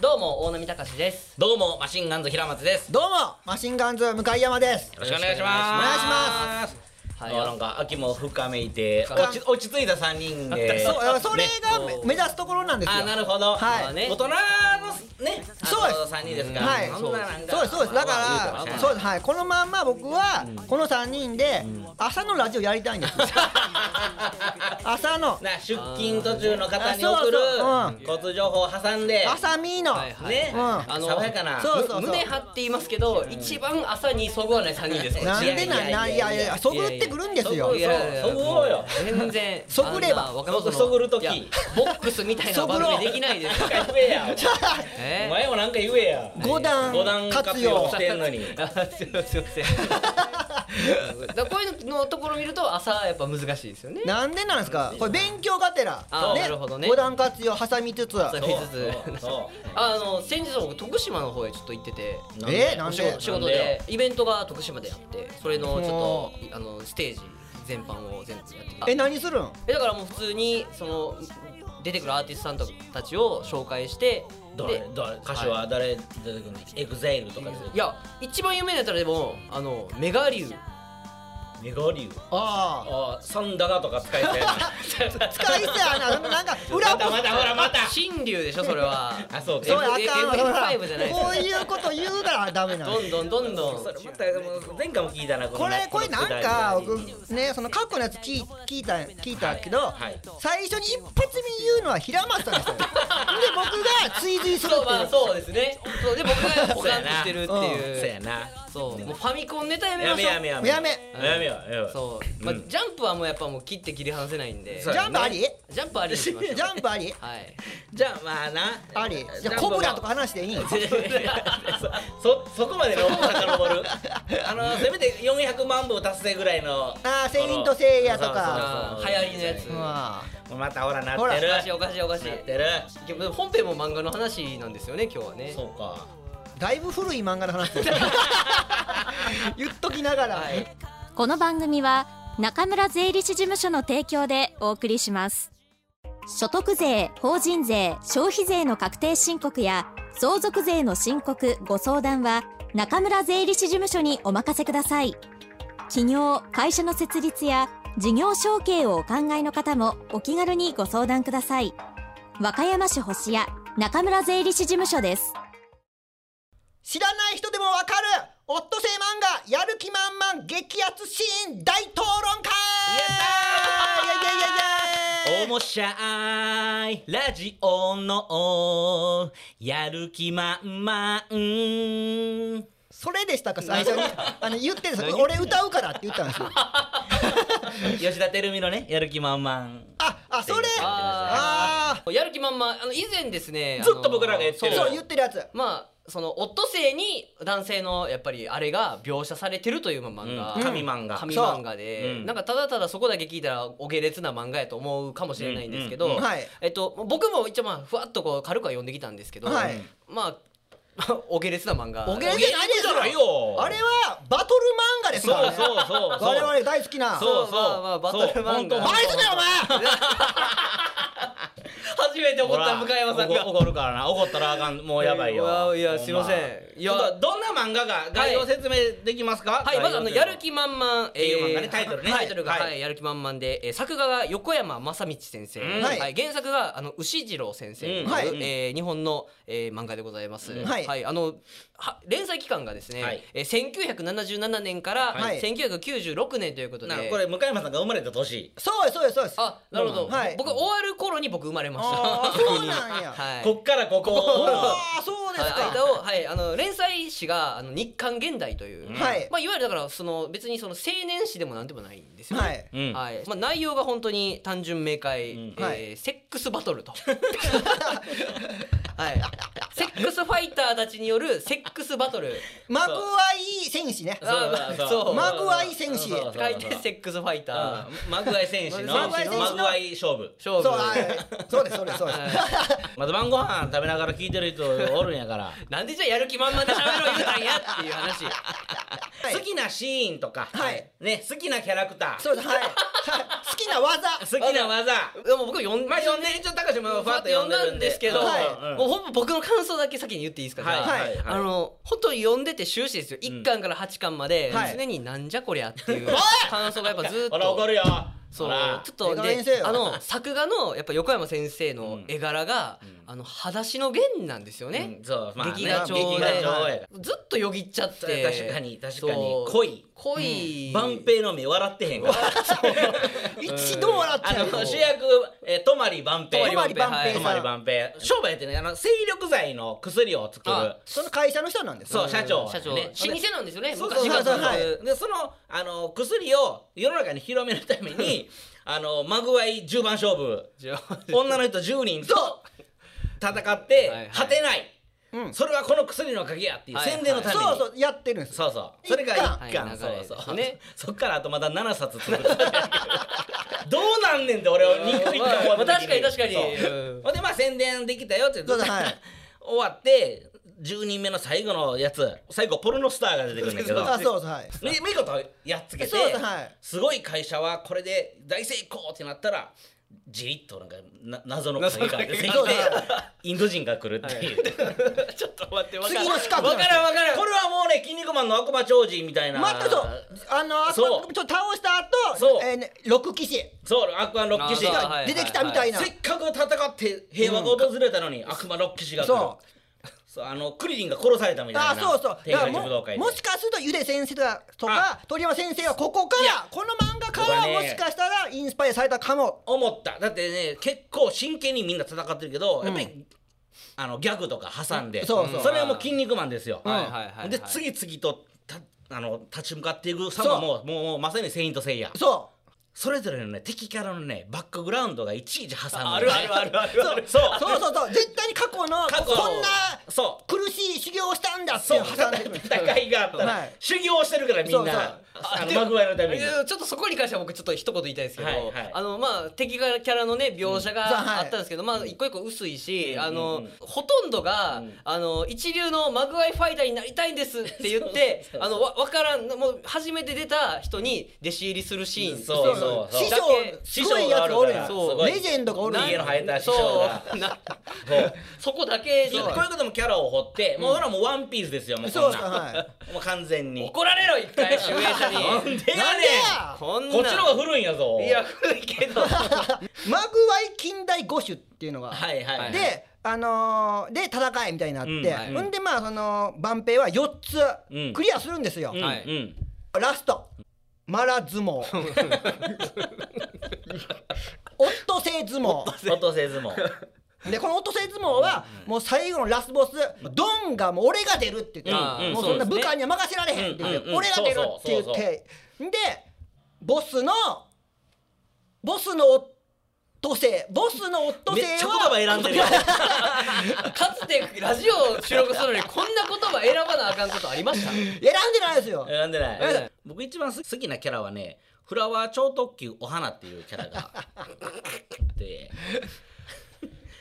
どうも大波隆ですどうもマシンガンズ平松ですどうもマシンガンズ向山ですよろしくお願いしますおいしますはなんか秋も深めいて深め落ち落ち着いた三人で そうそれがね目目指すところなんですよあなるほど、はいまあね大人のねそうです3人ですから、はいそんななんかそうですそうですまあだかまあ言らうてましたねそうですはいこのまんま僕はこの3人で朝のラジオやりたい んですよ朝の な出勤途中の方にあそ送うるそう交通情報を挟んで朝みーのはいはいね、うんあの爽やかなそうそう胸張って言いますけど一番朝にそぐわない三人ですこれなんいやいでやないいやいややいやいいややそぐってくるんですよいやいやそぐおうよ全然そぐればあんな若者のそぐる時いやボックスみたいな番組できないですなんか言え やおえ前もなんか言 えや五段五段活活用用してんのに あすいませんすいませんだからこういうののところ見ると朝やっぱ難しいですよねなんでなんですかこれ勉強がてらあーなるほどね五段活用挟みつつそうそうそうそあの先日僕徳島の方へちょっと行っててうなんで えーなん仕で事仕事でイベントが徳島であってそれのちょっといあのステージ全般を全部やってきえて何するんえだからもう普通にその出てくるアーティストさんたちを紹介して誰で誰歌手は誰出てくるのエグザイルとかですいや一番有名なやつらでもあのメガリュウメガリュウああサンダガとか使えてあ 使い捨てやななんか裏またまたほらまた新竜でしょそれは あそうかそうやあ F- かんわほ F5 じゃないらですこういうこと言うからダメなのどんどんどんどんそれまたでも前回も聞いたなこれこれなんか僕僕ねその過去のやつ聞い聞いた聞いたけど、はい最初に一発目言うのは平松さんで すよで僕が追随するそうっまあていうそうですねそうで僕 が保管してるってそういうやなそうもうファミコンネタやめやましめょうやめやめやめやめよやめよそうまあうんジャンプはもうやっぱもう切って切り離せないんでそジうやャンプありジャンプありにしましょうジャンプありはいじゃあまあなありじゃあジャンプはコブラとか話して いい そそこまでの遡 るあのせめて400万部達成ぐらいのあーセイントセイヤとかそうそうそう流行りのやつうわもうまたほらなほっらておるかしいおかしいおかしなってるいでも本編も漫画の話なんですよね今日はねそうかだいぶ古い漫画の話 です言っときながら、はいこの番組は中村税理士事務所の提供でお送りします所得税法人税消費税の確定申告や相続税の申告ご相談は中村税理士事務所にお任せください企業会社の設立や事業承継をお考えの方もお気軽にご相談ください和歌山市星谷中村税理士事務所です知らない人でもわかるオットセイ漫画やる気満々激アツシーン大討論会イエイイエイイエイイエイおもしゃいラジオのやる気満々それでしたか最初にあの言ってるんですよ俺歌うからって言ったん ですよ吉田照美のねやる気満々ああそれああーやる気満々あの以前ですねずっと僕らが言ってあるのそうそう言ってるやつまあそのオットセイに男性のやっぱりあれが描写されてるというまあ漫画、うん神漫画神漫画そうで、うんなんかただただそこだけ聞いたらお下劣な漫画やと思うかもしれないんですけど、うんうんうんはいえっと、僕も一応まあふわっとこう軽くは読んできたんですけど、はいまあ お下劣な漫画お下劣じゃないですよお下劣じゃないよあれはバトル漫画ですからそうそうねそうそう我々大好きなそうそうまあまあバトル漫画そうバイトだよお前初めて怒ほったら向山さんがおご怒るからな怒ったらあかんもうやばいよいやいやすいませんいいややどんな漫画が概要説明できますかはい、まずあのやるっ気満々ていう漫画ねタイトルねタイトルが、はいはいやる気満々で、えー作画が横山正道先生、うんははいい原作があの牛次郎先生、うんはいえー日本の、えー漫画でございます、うんは、はいいあのは連載期間がですね、はいえー1977年から、はい1996年ということで、なこれ向山さんが生まれた年そうですそうですそうですあなるほど、はい僕終わる頃に僕生まれましたあーそうなんや はいこっからここあーそうですはいか間を、はい、あの連載誌があの日刊現代という、はいまあ、いわゆるだからその別にその青年誌でもなんでもないんですよね。はいうんはいまあ、内容が本当に単純明快、んえーはいセックスバトル と、はい、セックスファイターたちによるセックスバトル幕はいい戦士ねそうそうそう幕はいい戦士そうそうそう書いてセックスファイターうんマグワイ戦士のママグワイ選手のグワイ勝負勝負そうはいそうですそうですそうですまた晩ご飯食べながら聞いてる人おるんやからなんでじゃあやる気満々で喋ろう言うたんやっていう話はい好きなシーンとか、はいね、好きなキャラクターそうですはいはい好きな技好きな技でも僕読んまあ読んで一応高橋もファッと読んでるんですけど、はいうんうんももうほぼ僕の感想だけ先に言っていいですか、はじいゃあはいはいあの本当に読んでて終始ですよ、ん一1巻から8巻まではい常になんじゃこりゃっていう感想がやっぱずっほら怒とるよそうほらちょっと江川先生でよあの作画のやっぱ横山先生うのん絵柄が、うんあの裸足の弦なんですよねう、んそうまあね劇画調で劇画調やずっとよぎっちゃっそてれ確かに確かにそう濃い濃い、万平の目笑ってへんから一度笑っあちゃうの主役えー泊まり万平泊まり万平泊まり万平商売ってねあの精力剤の薬を作るあその会社の人なんですそう社長社長、ね老舗なんですよねそうそう昔そからうそう、はでそのあの薬を世の中に広めるためにあのマグワイ10番勝 負女の人10人と戦ってはいはい勝てない、うんそれはこの薬の鍵やっていうはいはい宣伝のために、そうそうやってるんですそうそうそれが一はい巻、流それうそう、ねそっからあとまだ7冊 作るどうなんねんって俺は2回まあまあ確かに確かにうん ほんでまあ宣伝できたよってそうだはい 終わって10人目の最後のやつ最後ポルノスターが出てくるんだけどあそうそうはいみ見事やっつけてそうですはいすごい会社はこれで大成功ってなったらじりっとなんかな謎の会が出てきて謎の影がインド人が来るっていう、ちょっと待ってわ次の資格わからんわからんこれはもうね「筋肉マン」の悪魔超人みたいなまたそうあのあそうとちょっと倒したそう後えーね六騎士そう悪魔6騎士あがそうはい出てきたみたいなせっかく戦って平和が訪れたのに、悪魔6騎士が来るそそうあのクリリンが殺されたみたいなあそうそう帝だか外ら武道も会でもしかするとゆで先生だとか鳥山先生はここかいらやこの漫画かそうだらねもしかしたらインスパイアされたかも思っただってね結構真剣にみんな戦ってるけど、やっぱりあのギャグとか挟んで、そうそうれはもう「筋肉マン」ですよ、はいはいはいはいで次々とたあの立ち向かっていく様ももうもうまさに「セイント・セイヤ」そそれぞれのね敵からのねバックグラウンドがいちいち挟んで、あるあるあるあるあるそううそうそうそう絶対に過去の過去こんなそう苦しい修行をしたんだってそいううの挟 んでくる戦いがあったら、はい修行してるからみんなそうそうあのマグワイのためにいやちょっとそこに関しては僕ちょっと一言言いたいですけど、はいはいあのまあ敵がキャラのね描写うんそうはがいあったんですけど、まあ一個一個薄いし、うんあの、うんほとんどが、うんあの一流のマグワイファイターになりたいんですって言って そうそうそあうのわ分からんもう初めて出た人に弟子入りするシーンっていそうそうそう師匠だけすごいやつおるや師匠があるからんすごいレジェンドがおるやん家の生えた師匠がそうなそうそこだけ一に個一個でもキャラを掘って、もうほらもうワンピースですよもうそこうんそうなんはもう完全に怒られろ一回集英者になんでやねんこんなこっちの方が古いんやぞいや古いけどマグワイ近代五種っていうのがはいはい、はいで、あのーで戦いみたいになって、うんはいほんでまあその万平は4うんつクリアするんですよ、うんはいうんラストマラ 相撲オットセイ相撲落とせずもでこのオットセイ相撲はもう最後のラスボスドンがもう俺が出るって言っうんて、うんもうそんな部下には任せられへんって言って、うんうんうん俺が出るって言ってそうそうでボスのボスのオットセイボスのオットセイめっちゃ言は葉選んでるよかつてラジオを収録するのにこんな言葉選ばなあかんことありました選んでないですよ選んでない、選んでない僕一番好きなキャラはねフラワー超特急お花っていうキャラがで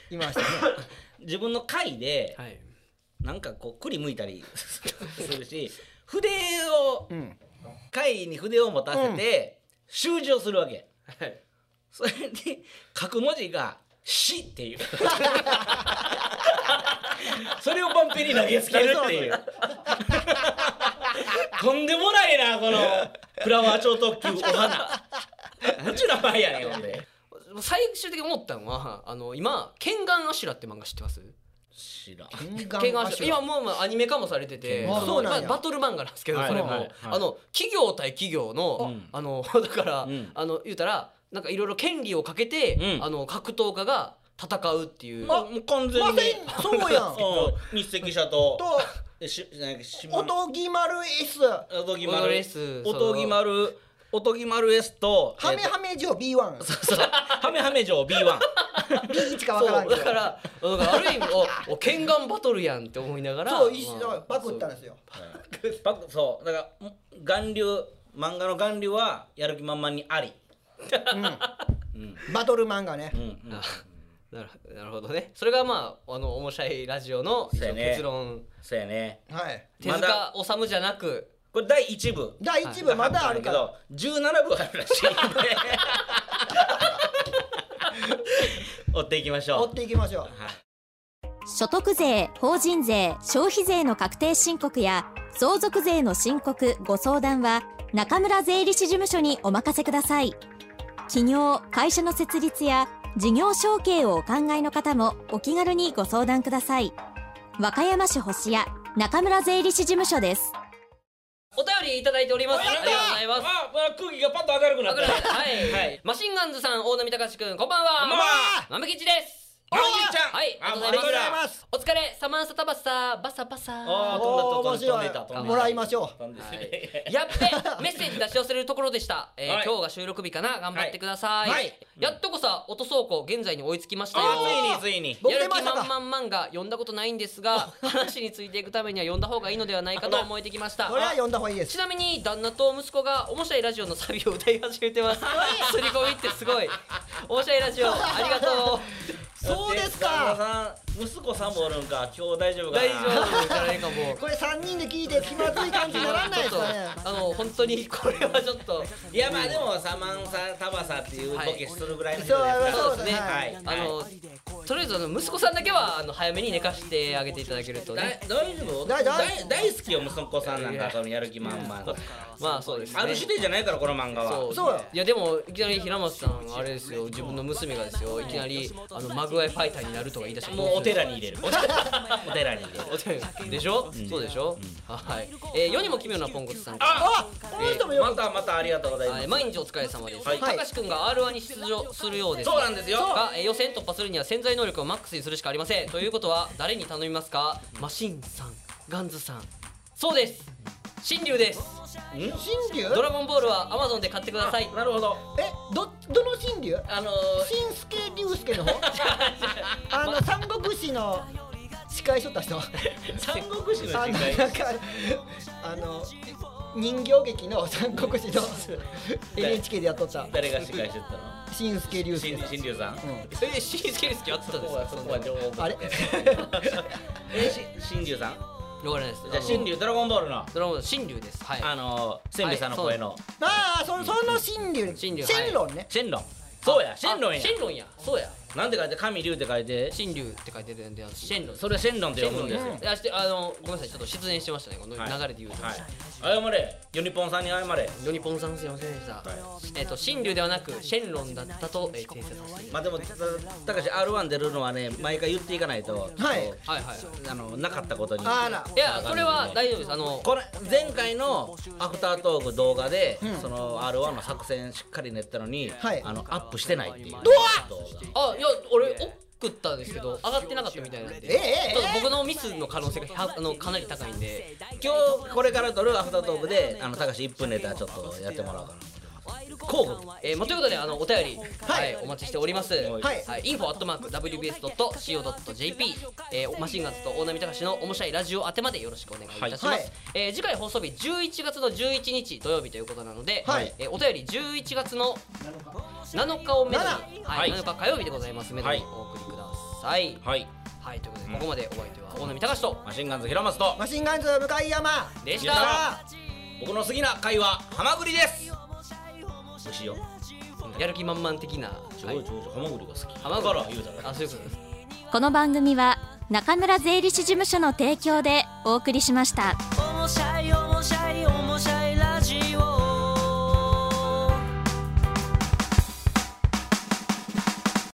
いましたね自分の回で、はいなんかこう栗むいたり するし筆をうん会に筆を持たせて習字をするわけはいそれで書く文字が「死」っていうそれをパンペに投げつけるっていうとんでもないなこのフラワー超特急お花何ちゅう名前やねんほんで最終的に思ったのはあの今「ケンガンアシュラ」って漫画知ってます知らんケンガンアシュラ今もうまあアニメ化もされてケてンガンそあそのうなんやまあバトル漫画なんですけどはいそれはいはもいあの企業対企業のうんあの だからうんあの言うたらなんかいろいろ権利をかけうてんあの格闘家が戦うっていうもう完全まに、さにそうやん うん日赤社ととしなんか島おとぎまる S はおとぎオまドるレスおとぎまるおとぎまる S とめはめ嬢 B1 そうハメハメ城 B1 B1 かわからそんうけだどからだからある意味おおケンガンバトルやんって思いながらそう一緒まあパクったんですよパクそうだからん巌流漫画の巌流はやる気満々にありバトル漫画ねうんうんなるなるほどねそれがまああの面白いラジオのそうやね結論そうやねはい手まだ塚治虫じゃなくこれ第1部第1部まだあるから17部あるらしいんで 追っていきましょう追っていきましょう所得税、法人税、消費税の確定申告や相続税の申告、ご相談は中村税理士事務所にお任せください。企業、会社の設立や事業承継をお考えの方もお気軽にご相談ください。和歌山市星谷中村税理士事務所です。お便りいただいておりますありがとうございますああ空気がパッと明るくなわっかたりましたははいい、はいマシンガンズさん大波隆くんこんばんはこんばんはまむきちですマジちゃんはいありがあとうご俺ざらいますお疲れサマンサタバサバサバサあー飛んでた飛んでた飛んでた飛おー面白いんでたもらいましょう飛んでたはいやっべメッセージ出し忘れるところでした、 えーはい今日が収録日かな頑張ってください、はいはいやっとこさ音倉庫現在に追いつきましたよあーついについに僕やる出ま気したか満々漫画読んだことないんですが話についていくためには読んだ方がいいのではないかと思えてきましたこれは読んだ方がいいでちすなみに旦那と息子が面白いラジオのサビを歌い始めてます。すり込みってすごい。面白いラジオありがとう。そうです旦那かさん息子さんもおるんか今日 大丈夫かな大丈夫じゃないかも。これ三人で聞いて気まずい感じにならないですかねちょっとあの本当にこれはちょっといやまあでもサマンサタバサっていうボケするぐらいの人そうですからそうですねはいあはいのとりあえずあの息子さんだけはあの早めに寝かしてあげていただけるとだね。大丈夫大丈夫大大好きよ息子さんなんかそのやる気満々まあそうですね。ある指定じゃないからこの漫画はそうそうよいやでもいきなり平松さんあれですよ自分の娘がですよいきなりあのマグワイファイターになるとか言い出したもうお寺に入れるお寺お寺に入れるお手紙でしょ、そうでしょ、はい、えー、世にも奇妙なポンコツさんからあこの人もよまくたまたありがとうございまはいす毎日お疲れ様です。はいたかしくんが R1 に出場するようです。そうなんですよが、えー予選突破するには潜在能力をマックスにするしかありません。ということは誰に頼みますか？マシンさん、ガンズさん。そうです。新竜です。新竜ドラゴンボールは Amazon で買ってください。なるほどえどどの新竜あの新助竜介の方あの三国志の司会しとった人三国志のあ世の界なんかあの人形劇の三国志の NHK でやっとった誰が司会してたの新助竜新介さん新龍さんうんー、えー、シースケルスキやってたそんでこすかはそこは情報あれえし新龍さんわからないです。じゃあ新竜。龍ドラゴンボールのドラゴン新竜です。はい。あのせんべいさんの声のああそその新竜新竜神論ねシェンロンそうやシェンロンあや神論や。そうや。なんて書いて神龍って書いて新竜って書いてるんで、あのシェンロンそそれはシェンロンってう読むんですよいやしてあのごめんなさいちょっと失念してましたねこの流はいれで言うと。はい謝れユニポンさんに謝れヨニポンさんすいませんでした、はえっ、と新竜ではなくシェンロンだったと、えー訂正させていただきまあでもたたかし R1 出るのはね毎回言っていかないとはいこますはいはいうあのなかったことにあらいやそれは大丈夫ですあのこれ前回のアフタートーク動画で、その R1 の作戦しっかり練ったのに、はいあのアップしてないっていう動画あいや俺送ったんですけど上がってなかったみたいなんでえええちょっと僕のミスの可能性がひゃあのかなり高いんで今日これから撮るアフタートークであのたかし1分ネタちょっとやってもらおうかな交互にえーまあ、ということであのお便り、はいいお待ちしております、はいはい、info WBS.CO.JP、えーマシンガンズと大波隆の面白いラジオ宛てまでよろしくお願いいたします、はいはいえー次回放送日11月の11日土曜日ということなので、はいえーお便り11月の7日をめどに、はいはい7日火曜日でございますめどはにいお送りください、はいはいということでここまでお相手は大波隆とマシンガンズ平松とマシンガンズ向山でしでしたた僕の好きな会話ハマグリです美味しいよやる気満々的な、はい上手ハマグリが好き浜だ口から言うたらあそういうことですこの番組は中村税理士事務所の提供でお送りしました。 「お